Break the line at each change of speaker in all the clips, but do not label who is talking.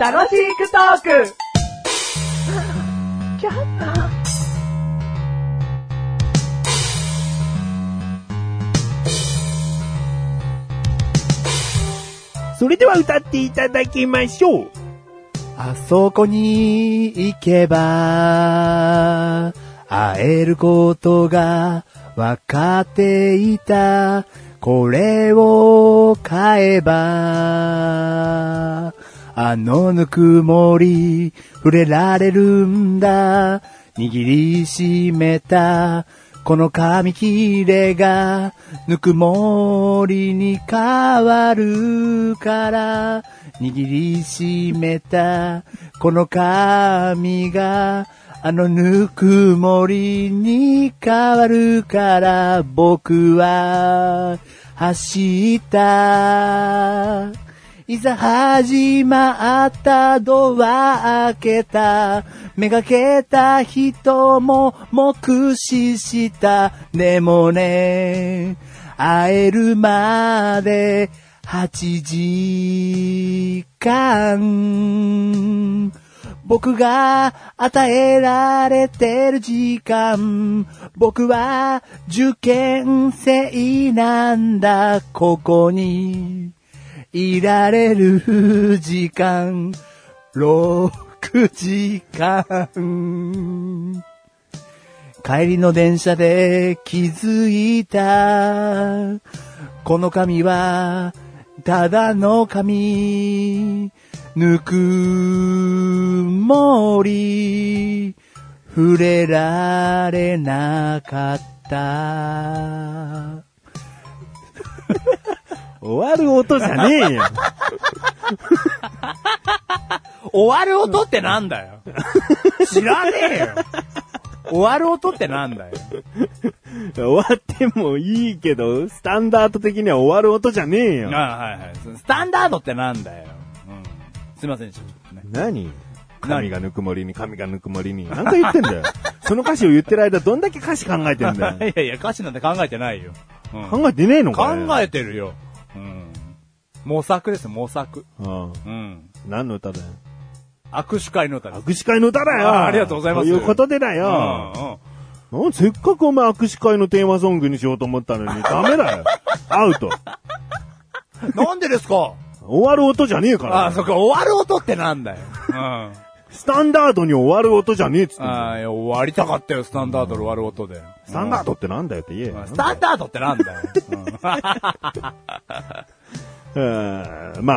楽しくトーク
それでは歌っていただきましょう。
あそこに行けば、会えることが分かっていた。これを買えば、あのぬくもり触れられるんだ。握りしめた、この紙切れがぬくもりに変わるから。握りしめた、この紙があのぬくもりに変わるから僕は走った。いざ始まったドア開けた。めがけた人も目視した。でもね、会えるまで8時間。僕が与えられてる時間。僕は受験生なんだ。ここにいられる時間。6時間。帰りの電車で気づいた。この紙は、ただの紙。ぬくもり、触れられなかった。
終わる音じゃねえよ。
終わる音ってなん だよ。知らねえよ。終わる音ってなんだよ。
終わってもいいけど、スタンダード的には終わる音じゃねえよ。
あはいはい。スタンダードってなんだよ。うん、すいませんでした。ね
何
何
髪がぬくもりに、髪がぬくもりに。なんか言ってんだよ。 その歌詞を言ってる間、どんだけ歌詞考えてんだよ。
いやいや、歌詞なんて考えてないよ。うん
考えてねえのか
考えてるよ。うん。模索です、模索。
うん。
うん。
何の歌だよ。
握手会の歌です。
握手会の歌だよ。
あありがとうございます
ということでだ
う
よ。
んうん
なんせっかくお前握手会のテーマソングにしようと思ったのに、ダメだよ。ア ウト。
なんでです か
終わる音じゃねえから。
あ、そっか、終わる音ってなんだよ。うん。
スタンダードに終わる音じゃねえっつってんだよ
あーいや終わりたかったよ、スタンダードで終わる音で。
スタンダードってなんだよって言えよ。
スタンダードってなんだ よ。
えーま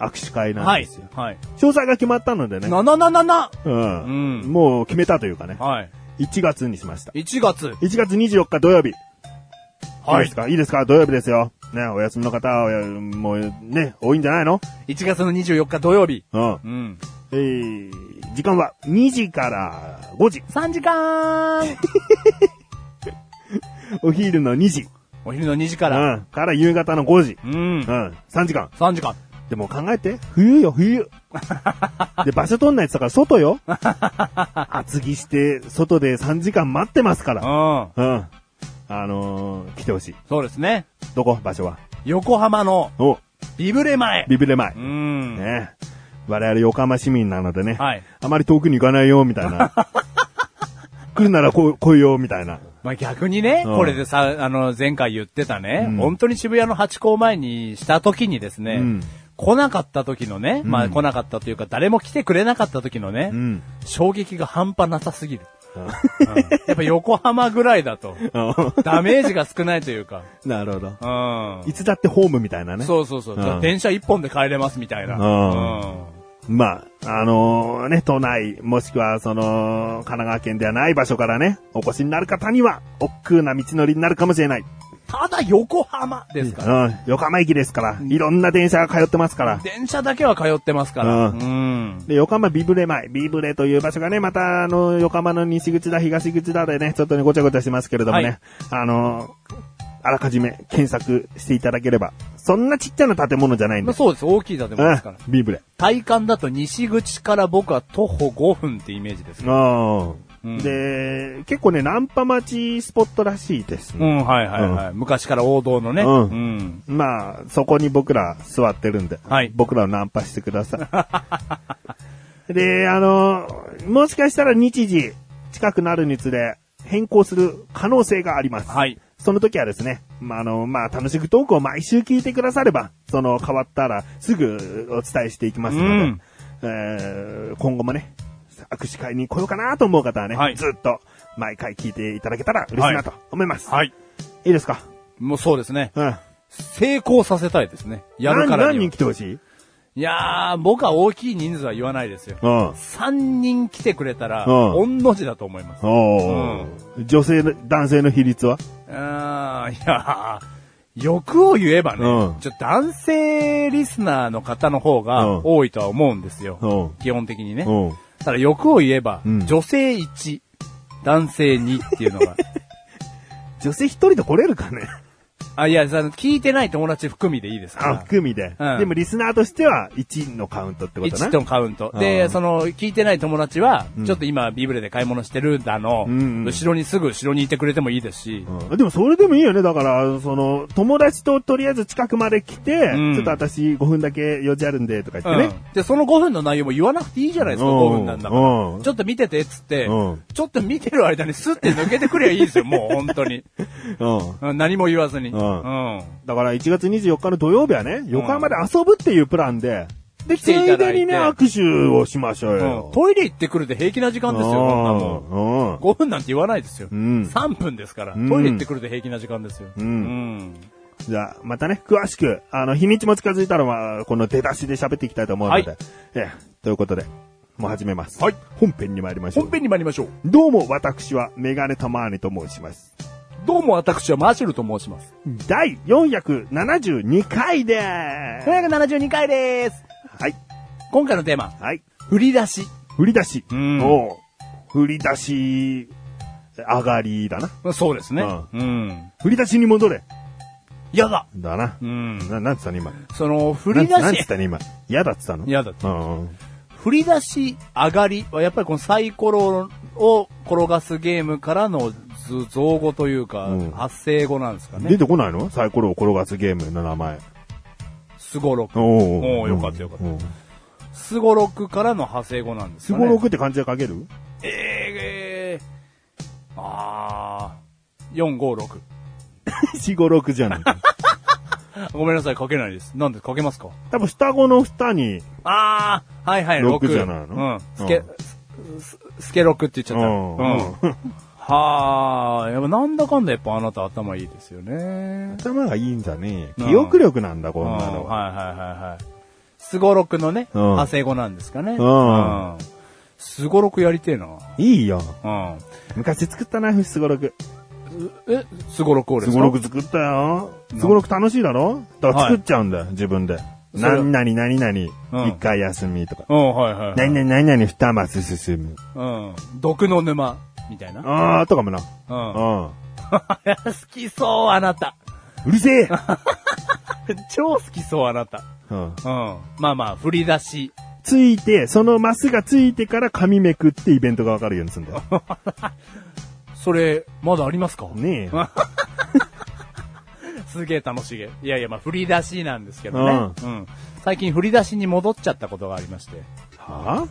あ、握手会なん
は
で
い
すよ。。
はい。
詳細が決まったのでね。
ななななな
うん。
うん
もう決めたというかね。
はい。
1月にしました。
1月。
1月24日土曜日。
はい
いですかいいですか土曜日ですよ。ね、お休みの方は、おやもうね、多いんじゃないの
1月の24日土曜日。
うん。
うん。
えー、時間は2時から5時。
3時間
お昼の2時。
お昼の2時か
う
ら。
ん。から夕方の5時。
うん
う。ん。3時間。
3時間。
でも考えて。冬よ、冬。で、場所取んないって言ったから外 よ。厚着して、外で3時間待ってますから。
うん。
うん。あのー、来てほしい。
そうですね。
どこ場所は。
横浜の
お、
ビブレ前。
ビビれまい。
うん。
ね我々横浜市民なのでね。
はい
あまり遠くに行かないよ、みたい な。来るならこう来いよ、みたいな。
まあ、逆にね、
うん
これでさ、あの、前回言ってたね、
うん
本当に渋谷のハチ公前にした時にですね、
うん
来なかった時のね、まあ、来なかったというか、誰も来てくれなかった時のね、
うん。
衝撃が半端なさすぎる。うんやっぱ横浜ぐらいだと、ダメージが 少ないというか、
なるほど。
うん
い。つだってホームみたいなね。
そうそうそう、
うん
電車一本で帰れますみたいな。
うん
うん
まあ、あのね、都内、もしくはその、神奈川県ではない場所からね、お越しになる方には、億劫な道のりになるかもしれない。
ただ横浜ですから。
うん、横浜駅ですから、いろんな電車が通ってますから。
電車だけは通ってますから。
う
うん。
で、横浜ビブレ前、ビブレという場所がね、また、あの、横浜の西口だ、東口だでね、ちょっとね、ごちゃごちゃしますけれどもね、あのあらかじめ検索していただければ、そんなちっちゃな建物じゃないん
まあ
で
そうです。大きい建物ですから。
うん、ビブレ。
体感だと西口から僕は徒歩5分ってイメージですね。
ああ、
うん
で、結構ね、ナンパ待ちスポットらしいです
う
ね。
ん、はいはいはい。昔から王道のね。
うん
ん。
まあ、そこに僕ら座ってるんで、
はい
僕らをナンパしてくださ い。で、あの、もしかしたら日時近くなるにつれ変更する可能性があります。
はい。
その時はですね、まあ、あの、まあ、楽しくトークを毎週聞いてくだされば、その変わったらすぐお伝えしていきますので、
うん
えー今後もね、握手会に来ようかなと思う方はね、
はい
ずっと毎回聞いていただけたら嬉しいなと思います。い、
はい。
いですか
もうそうですね。
うん。
成功させたいですね。やるから
何
に
何人
は
来。てほしい
いやー、僕は大きい人数は言わないですよ。
うん。
3人来てくれたら、
うん
御の字だと思います。
おー女性の、男性の比率は
あーいやー、欲を言えばね、
うん
ちょっと男性リスナーの方の方
うん
が多いとは思うんですよ。
うん
基本的にね。
うん。
ただ欲を言えば、
うん
女性1、男性2っていうのが。
女性一人で来れるかね
あ、いや、その聞いてない友達含みでいいです
あ、
か
含みで、
うん
でもリスナーとしては1のカウントって
ら。
ことな。
1とカウント。
う
で、
ん
その、聞いてない友達は、
ん
ちょっと今、ビブレで買い物してるだの、
うんうん
後ろにすぐ後ろにいてくれてもいいですし、
うんでもそれでもいいよね。だから、その、友達ととりあえず近くまで来て、
うん
ちょっと私5分だけ用事あるんで、とか言ってね。
うんで、その5分の内容も言わなくていいじゃないですか、
うん
5分なんだから。
うん
ちょっと見てて、っつって、
うん
ちょっと見てる間にスッて抜けてくりゃいいですよ、もう、本当に。
うん。
うん何も言わずに。
う
うん。
だから1月24日の土曜日はね、横浜で遊ぶっていうプランで、で、
来ていただいて
ついでにね、握手をしましょう
うん
よ。
トイレ行ってくるで平気な時間ですよ、こんなもん。
うんうん
5分なんて言わないですよ。
うん
3分ですから。
うん
トイレ行ってくるで平気な時間ですよ。
うん
ん
じゃあ、またね、詳しく、あの、日にちも近づいたら、まあ、この出だしで喋っていきたいと思うので。
はい
ええということで、もう始めます。
はい
本編に参りましょう。
本編に参りましょう。
どうも、私は、メガネたまーねと申します。
どうも私はマシュルと申します。
第472回でーす。
772回です。
はい。
今回のテーマ、
はい。
振り出し。
振り出し。
うん
おう振り出し、上がりだな。
そうですね。
う
うん。
振り出しに戻れ。
嫌だ。
だな。
うん。
な、なんつったの今。
その、振り出
なんなんつっ
し、
たの今。嫌だっつったの
嫌だ。
うん。
振り出し上がりはやっぱりこのサイコロを転がすゲームからのず造語というか
うん、
発生語なんですか
出
ね。
てこないのサイコロを転がすゲームの名前。
すごろく。
おう
おうよかったよかった
うん
すごろくからの派生語なんです
す
かね。
ごろくって漢字で書ける
えーえー、あー、456。
四五六 じゃない。
ごめんなさい、書けないです。なんで書けますか
多分双子の双に、
あー、はいはい、
六
6。
じゃないの
うん。すけ、すすすけ6って言っちゃった。
うん
うん。はー、やっぱなんだかんだやっぱあなた頭いいですよね。
頭がいいんだね。
うん
記憶力なんだ、こ
うんん、は
ない
はい
のは。
はいはい。すごろくのね、
うん
派生語なんですかね。
うん
うん。すごろくやりてえな。
いいよ。
うん。
昔作ったな、すごろく。
え、すごろくをです
す
か
ごろく作ったよ。すごろく楽しいだろだから作っちゃうんだよ、自分で。
それ
何々何
うん
々、一回休みとか。
うん、はいはい、はい。
何々何々二マス進む。
うん。毒の沼、みたいな。
あーとかもな。
うん。
う
好きそう、あなた。
ん。うる せえ
超好きそう、あなた。
うん
うん。まあまあ、振り出し。
ついて、そのマスがついてから紙めくってイベントがわかるようにするんだ よ。
それ、まだありますか
ねえ。
すげえ楽しげ。いやいや、まあ、振り出しなんですけどね。うん。最近、振り出しに戻っちゃったことがありまして。
は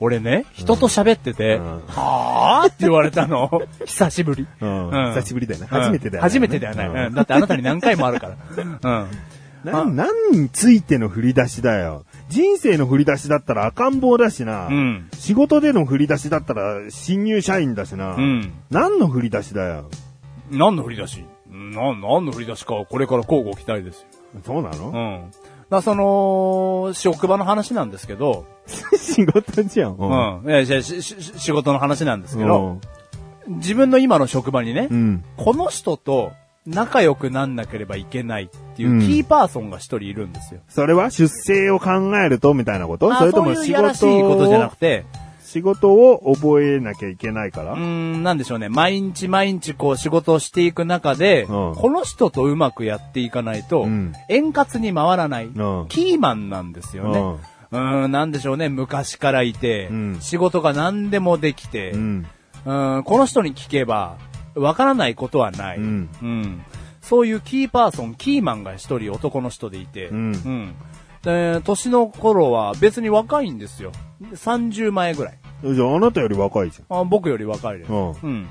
俺ね、人と喋ってて、
うん
はぁって言われた の。久しぶり。
うん久しぶりだよね
うん
初めてだよね
初めてではない。
うん
うんだってあなたに何回もあるから。うん。
な、何についての振り出しだよ。人生の振り出しだったら赤ん坊だしな。
うん
仕事での振り出しだったら新入社員だしな。
うん
何の振り出しだよ。
何の振り出しな、何の振り出しか、これから交互期待ですよ。
そうなの、
うん。だその、職場の話なんですけど、
仕事じゃん。う。
うんん。いやいやししし仕事の話なんですけど、
うん
自分の今の職場にね、
うん。
この人と仲良くなんなければいけないっていううんキーパーソンが一人いるんですよ。
それは出世を考えるとみたいなこと
あ
それとも
そういう
仕
いやらしい
事
ことじゃな
を
く、て、
仕事を覚えなきゃいけないか
う
ら、
ーん、なんでしょうね。毎日毎日こう仕事をしていく中で、
うん
この人とうまくやっていかないと、
うん
円滑に回らない、
ん
キーマンなんですよね。うーん、なんでしょうね、昔からいて、
うん
仕事が何でもできて、
うん。
うん、この人に聞けば、わからないことはない、
うん
そういうキーパーソン、キーマンが一人男の人でいて、
うん
で年の頃は別に若いんですよ。30前ぐらい。
じゃあ、あなたより若いじ
あ僕より若いです。
ゃん。うん。
うん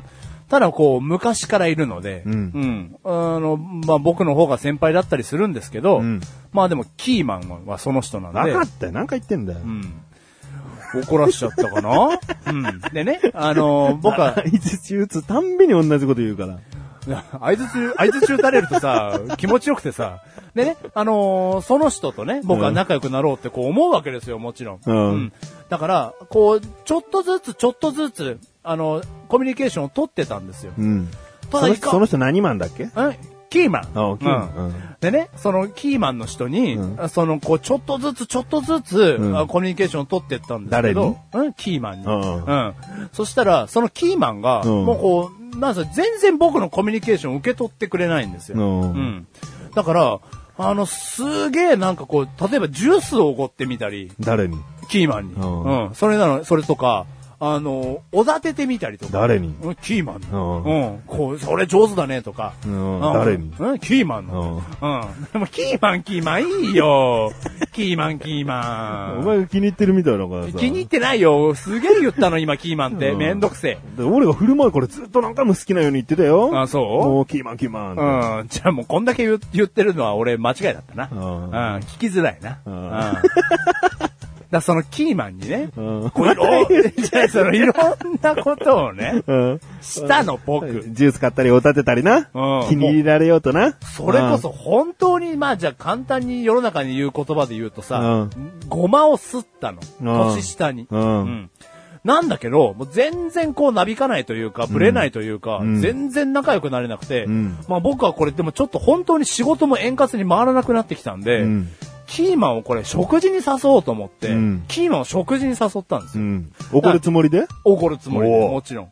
ただこう、昔からいるので、
うん
うんあの、まあ、僕の方が先輩だったりするんですけど、
うん
まあでも、キーマンはその人なんで。
分かったよ。なんか言ってんだよ
う。ん。怒らしちゃったかなうん。でね、あの僕は、
いつ中打つたんびに同じこと言うから。
合図中、合図中打たれるとさ、気持ちよくてさ、でね、あのーその人とね、僕は仲良くなろうってこう思うわけですよ、もちろん。
うん
だから、こう、ちょっとずつ、ちょっとずつ、あの、コミュニケーションを取ってたんですよ。
うん。
た
そ
だ
の
い
人
か
その人何マンだっけ
んキーマン。
あキーマン
うん
うん
でね、そのキーマンの人に、
う
その、こう、ちょっとずつ、ちょっとずつ、
うん
あコミュニケーションを取ってったんですけど、うん、キーマンに。
うん
うん。そしたら、そのキーマンが、
うん
もうこう、なんせ全然僕のコミュニケーションを受け取ってくれないんですよ。
うん
うん。だから、あの、すげえなんかこう、例えばジュースをおごってみたり、
誰に
キーマンに。
うん
うん。それなの、それとか、あの、おだててみたりとか。
誰に
うんキーマンに。
うん
うん。こう、それ上手だねとか。
うん誰に
うん、キーマンの。うん。 でも、キーマン、キーマンいいよ。キーマン、キーマ
お
ン。
前が気に入ってるみたいだからさ。
気に入ってないよ。すげえ言ったの、今、キーマンって。
うん
めんどくせえ。
で俺が振る前からずっと何回も好きなように言ってたよ。
あそう
もうキーマンキーマンって。
うん。じゃあもう、こんだけ言う言ってるのは俺、間違いだったな。
う
うんん。聞きづらいな。
う
うんん。だからそのキーマンにね、
うん
こういろ、じゃあそ のいろんなことをね、
うん
したの、僕。
ジュース買ったりおたてたりな。
うん
気に入られようとな。
それこそ本当に、まあじゃあ簡単に世の中に言う言葉で言うとさ、ごまをすったの。
うん
年下に。
うん
なんだけど、もう全然こうなびかないというか、ぶれないというか、
ん
全然仲良くなれなくて、
ん
まあ僕はこれでもちょっと本当に仕事も円滑に回らなくなってきたんで、
うん
キーマンをこれ食事に誘おうと思って、
うん
キーマンを食事に誘ったんですよ
うん。うん。怒るつもりで
怒るつもり
お
で、
う
もちろん。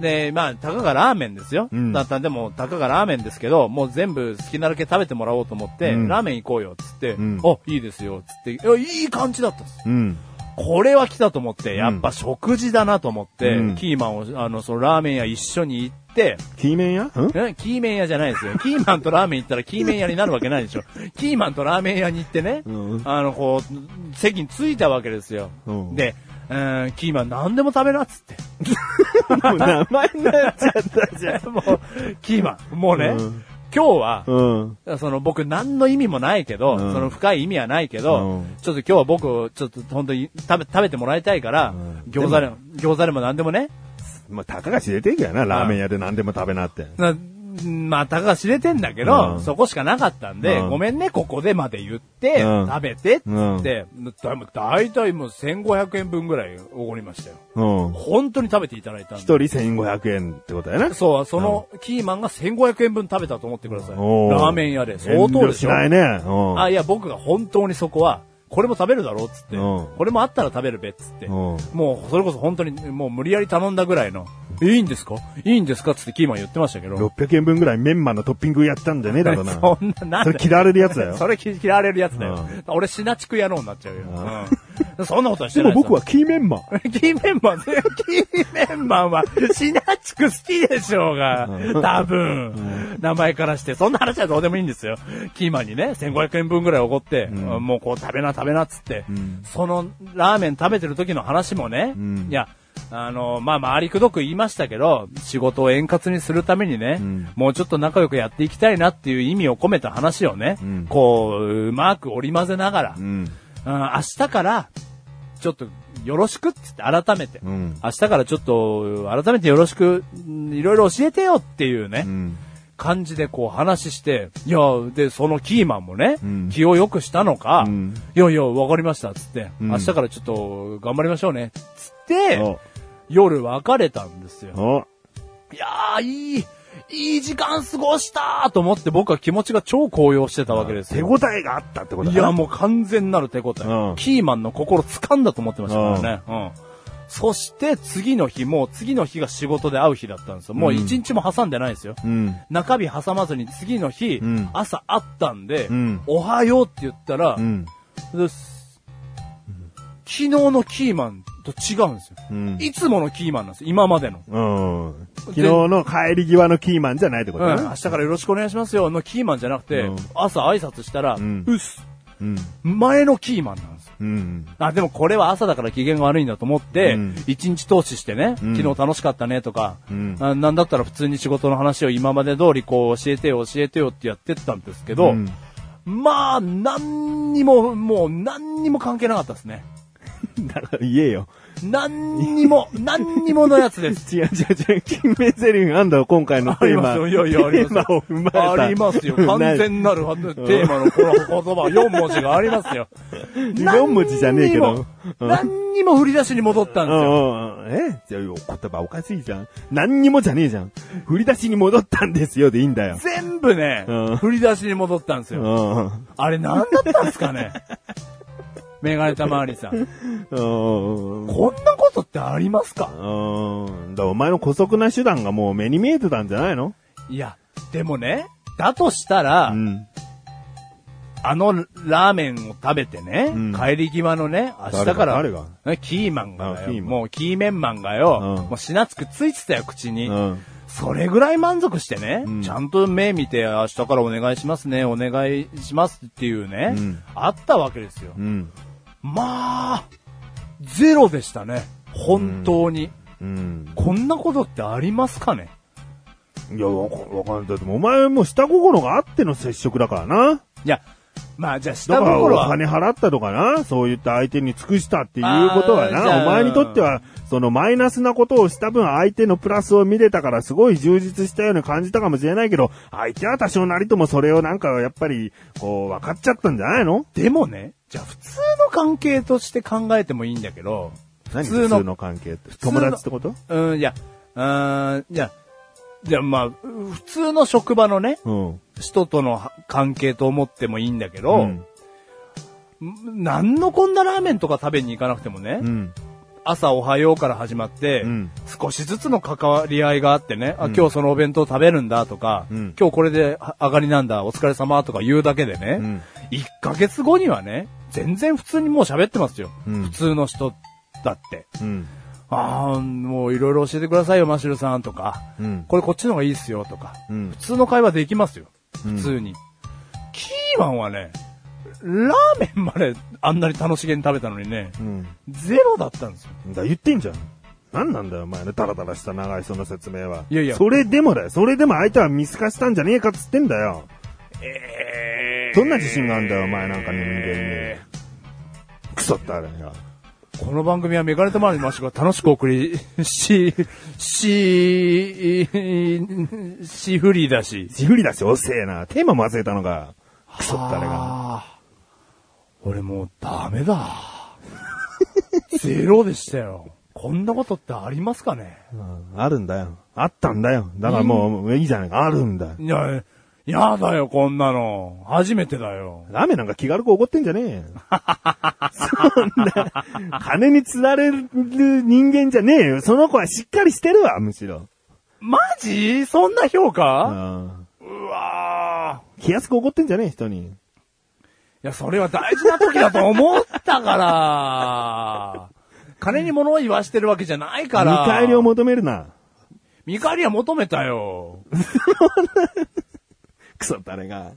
で、まあ、たかがラーメンですよ。
うん
だったんでも、たかがラーメンですけど、もう全部好きなだけ食べてもらおうと思って、
うん
ラーメン行こうよ、つって、
うん
あ、いいですよ、つって、いや、いい感じだったんです。
うん。
これは来たと思って、やっぱ食事だなと思って、
うん
キーマンを、あの、そのラーメン屋一緒に行って、
キーメンやうん
えキーメン屋じゃないですよ。キーマンとラーメン行ったらキーメン屋になるわけないでしょ。キーマンとラーメン屋に行ってね、
うん
あの、こう、席に着いたわけですよ。
うん
で、うん、キーマン何でも食べなっつって。
もう名前になっちゃ ったじゃん。
もう、キーマン。もうね、
うん
今日は、
うん。
その僕何の意味もないけ
う
ど、
ん
その深い意味はないけど、
うん
ちょっと今日は僕をちょっと本当に食べ食べてもらいたいから、
ん
餃子でも、餃子でも何でもね、
まあ、たかが知れてんやな、ラーメン屋で何でも食べなって。
なまあ、たかが知れてんだけ
う
ど、
ん
そこしかなかったんで、
うん
ごめんね、ここでまで言って、
うん
食べて、っつって、だだいたいもう1500円分ぐらいおごりましたよ。
うん。
本当に食べていただいたん
一
で。
人1500円ってことやな。
そう、そのキーマンが1500円分食べたと思ってください。ラ
お
ーメン屋で。相当で
遠慮し
しょ。
ないね。うん。
あ、いや、僕が本当にそこは、これも食べるだろうっつって、
うん
これもあったら食べるべっつって、
うん
もうそれこそ本当にもう無理やり頼んだぐらいの、えいいんですかいいんですかっつってキーマン言ってましたけど。
600円分ぐらいメンマのトッピングやったんじゃねえだろうな。
そんな、な
それ
んだよ
嫌われるやつだ
そ
よ。
れ嫌われるやつだよ。
うん
俺、シナチク野郎になっちゃうよ。うんそんなことはして
で
な
も
い
僕は。キーメンマ。
キーメンマン、キーメンマンは、シナチク好きでしょうが、多分、名前からして、そんな話はどうでもいいんですよ。キーマンにね、1500円分ぐらいおごって、
ん
もうこう食べな食べなっつって、
ん
そのラーメン食べてる時の話もね、
ん
いや、あの、まあ、まあ、ありくどく言いましたけど、仕事を円滑にするためにね、
ん
もうちょっと仲良くやっていきたいなっていう意味を込めた話をね、
ん
こう、うまく織り交ぜながら、
うん。
あー明日から、ちょっと、よろしくっつって、改めて。
うん。
明日からちょっと、改めてよろしく、んいろいろ教えてよっていうね、
うん。
感じでこう話して、いや、で、そのキーマンもね、
ん
気を良くしたのか、
うん
いやいや、わかりました、つって、
ん
明日からちょっと、頑張りましょうね、つって、
お
夜別れたんですよ。
お
いやー、いい、いい時間過ごしたーと思って僕は気持ちが超高揚してたわけです
手
よ。
応えがあったってこと
い
だな
や、もう完全なる手応え。
うん
キーマンの心掴んだと思ってましたからね。うん。そして次の日、もう次の日が仕事で会う日だったんですよ。もう一日も挟んでないですよ。
うん。
中日挟まずに次の日、
ん
朝会ったんで、
うん
おはようって言ったら、
うん。
です昨日のキーマンと違うんですよ。
うん。
いつものキーマンなんですよ、今までの。
うん。昨日の帰り際のキーマンじゃないってこと
うん、
ね
明。日からよろしくお願いしますよのキーマンじゃなくて、
うん
朝挨拶したら、
ん
うっす、
うん。
前のキーマンなんですよ。
うん。
あ、でもこれは朝だから機嫌が悪いんだと思って
うん、
一、日投資してね、
うん
昨日楽しかったねとか、
うん
あなんだったら普通に仕事の話を今まで通りこう教えてよ教えてよってやってったんですけど、
うん
まあ、何にも、もう何にも関係なかったですね。
だから言えよ。
何 にも、何にものやつです。
違う違う違う。金名ゼリフあんだろ、 今回のテ
あり
ー
ま
マ。
すよ。いやいや、あり
テーマ
ます
を
よ。
踏まえた。
ありますよ。完全なるはずテーマのこの言葉、4文字があります よ。
4文字じゃねえけど。うん
何にも振り出しに戻ったん
う
です
んう
よ。
んうん。えじゃあ言葉おかしいじゃん。何にもじゃねえじゃん。振り出しに戻ったんですよでいいんだよ。
全部ね
うん、
振り出しに戻ったんです
う
よ。
んうん
あれ何だったんです かねメガネたまわりさん。
うん
こんなことってありますか
うん。だからお前の姑息な手段がもう目に見えてたんじゃないの
いや、でもね、だとした
う
ら、
ん。
あのラーメンを食べてね、
うん
帰り際のね、明日から、
誰が
ねキーマンが
あキーマ
よ、
ン
もうキーメンマンがよ、
うん
もう品つくついてたよ、口に。
うん。
それぐらい満足してね、
うん
ちゃんと目見て、明日からお願いしますね、お願いしますっていうね、
うん
あったわけですよ。
うん。
まあ、ゼロでしたね。本当に。
うん。
こんなことってありますかね
いや、わかわかんない。だってお前もう下心があっての接触だからな。
いや、まあじゃあ
だ
下
から
心
お
は、
金払ったとかな、そういった相手に尽くしたっていうことは
あーじゃあ
な、お前にとっては、そのマイナスなことをした分相手のプラスを見れたからすごい充実したように感じたかもしれないけど、相手は多少なりともそれをなんかやっぱり、こう、分かっちゃったんじゃないの
でもね、じゃあ普通の関係として考えてもいいんだけど、
何
普
普
通の
通の関係って。
通の
友達ってこと
うん、いや、うーん、いや、いや、まあ、普通の職場のね、
うん。
人とのは関係と思ってもいいんだけど、
うん
何のこんなラーメンとか食べに行かなくてもね、
うん。
朝おはようから始まって、
うん
少しずつの関わり合いがあってね、あ、今日そのお弁当食べるんだとか、
うん
今日これでは上がりなんだ、お疲れ様とか言うだけで
う
ね、
ん。
一1ヶ月後にはね、全然普通にもう喋ってますよ。
うん
普通の人だって。
うん。
ああ、もういろいろ教えてくださいよ、マシュルさんとか。
うん。
これこっちの方がいいっすよとか。
うん
普。通の会話できますよ。
うん
普通に。キーマンはね、ラーメンまであんなに楽しげに食べたのにね、
うん。
ゼロだったんですよ。
だ言ってんじゃん。何なんだよ、お前のダラダラした長いその説明は。
いやいや
それでもだよ。それでも相手は見透かしたんじゃねえかっつってんだよ。
え
どんな自信があんだよ、お前なんかの人間に。クソってあれよ。
この番組はメガネとマリのマシュが楽しくお送り、し、し、しフリーだし。
自不利だし、遅えな。テーマも忘れたのか。クソってあれが。
あー俺もうダメだ。ゼロでしたよ。こんなことってありますかね
うんあるんだよ。あったんだよ。だからもう、いいじゃないか。あるんだよ。
いや、やだよ、こんなの。初めてだよ。
ラーメンなんか気軽く怒ってんじゃねえ よ。そんな、金に釣られる人間じゃねえよ。その子はしっかりしてるわ、むしろ。
マジそんな評
う
価
ん。
うわー
気安く怒ってんじゃねえ、人に。
いや、それは大事な時だと思ったから。金に物を言わしてるわけじゃないから。
見返りを求めるな。
見返りは求めたよ。
クソ誰が。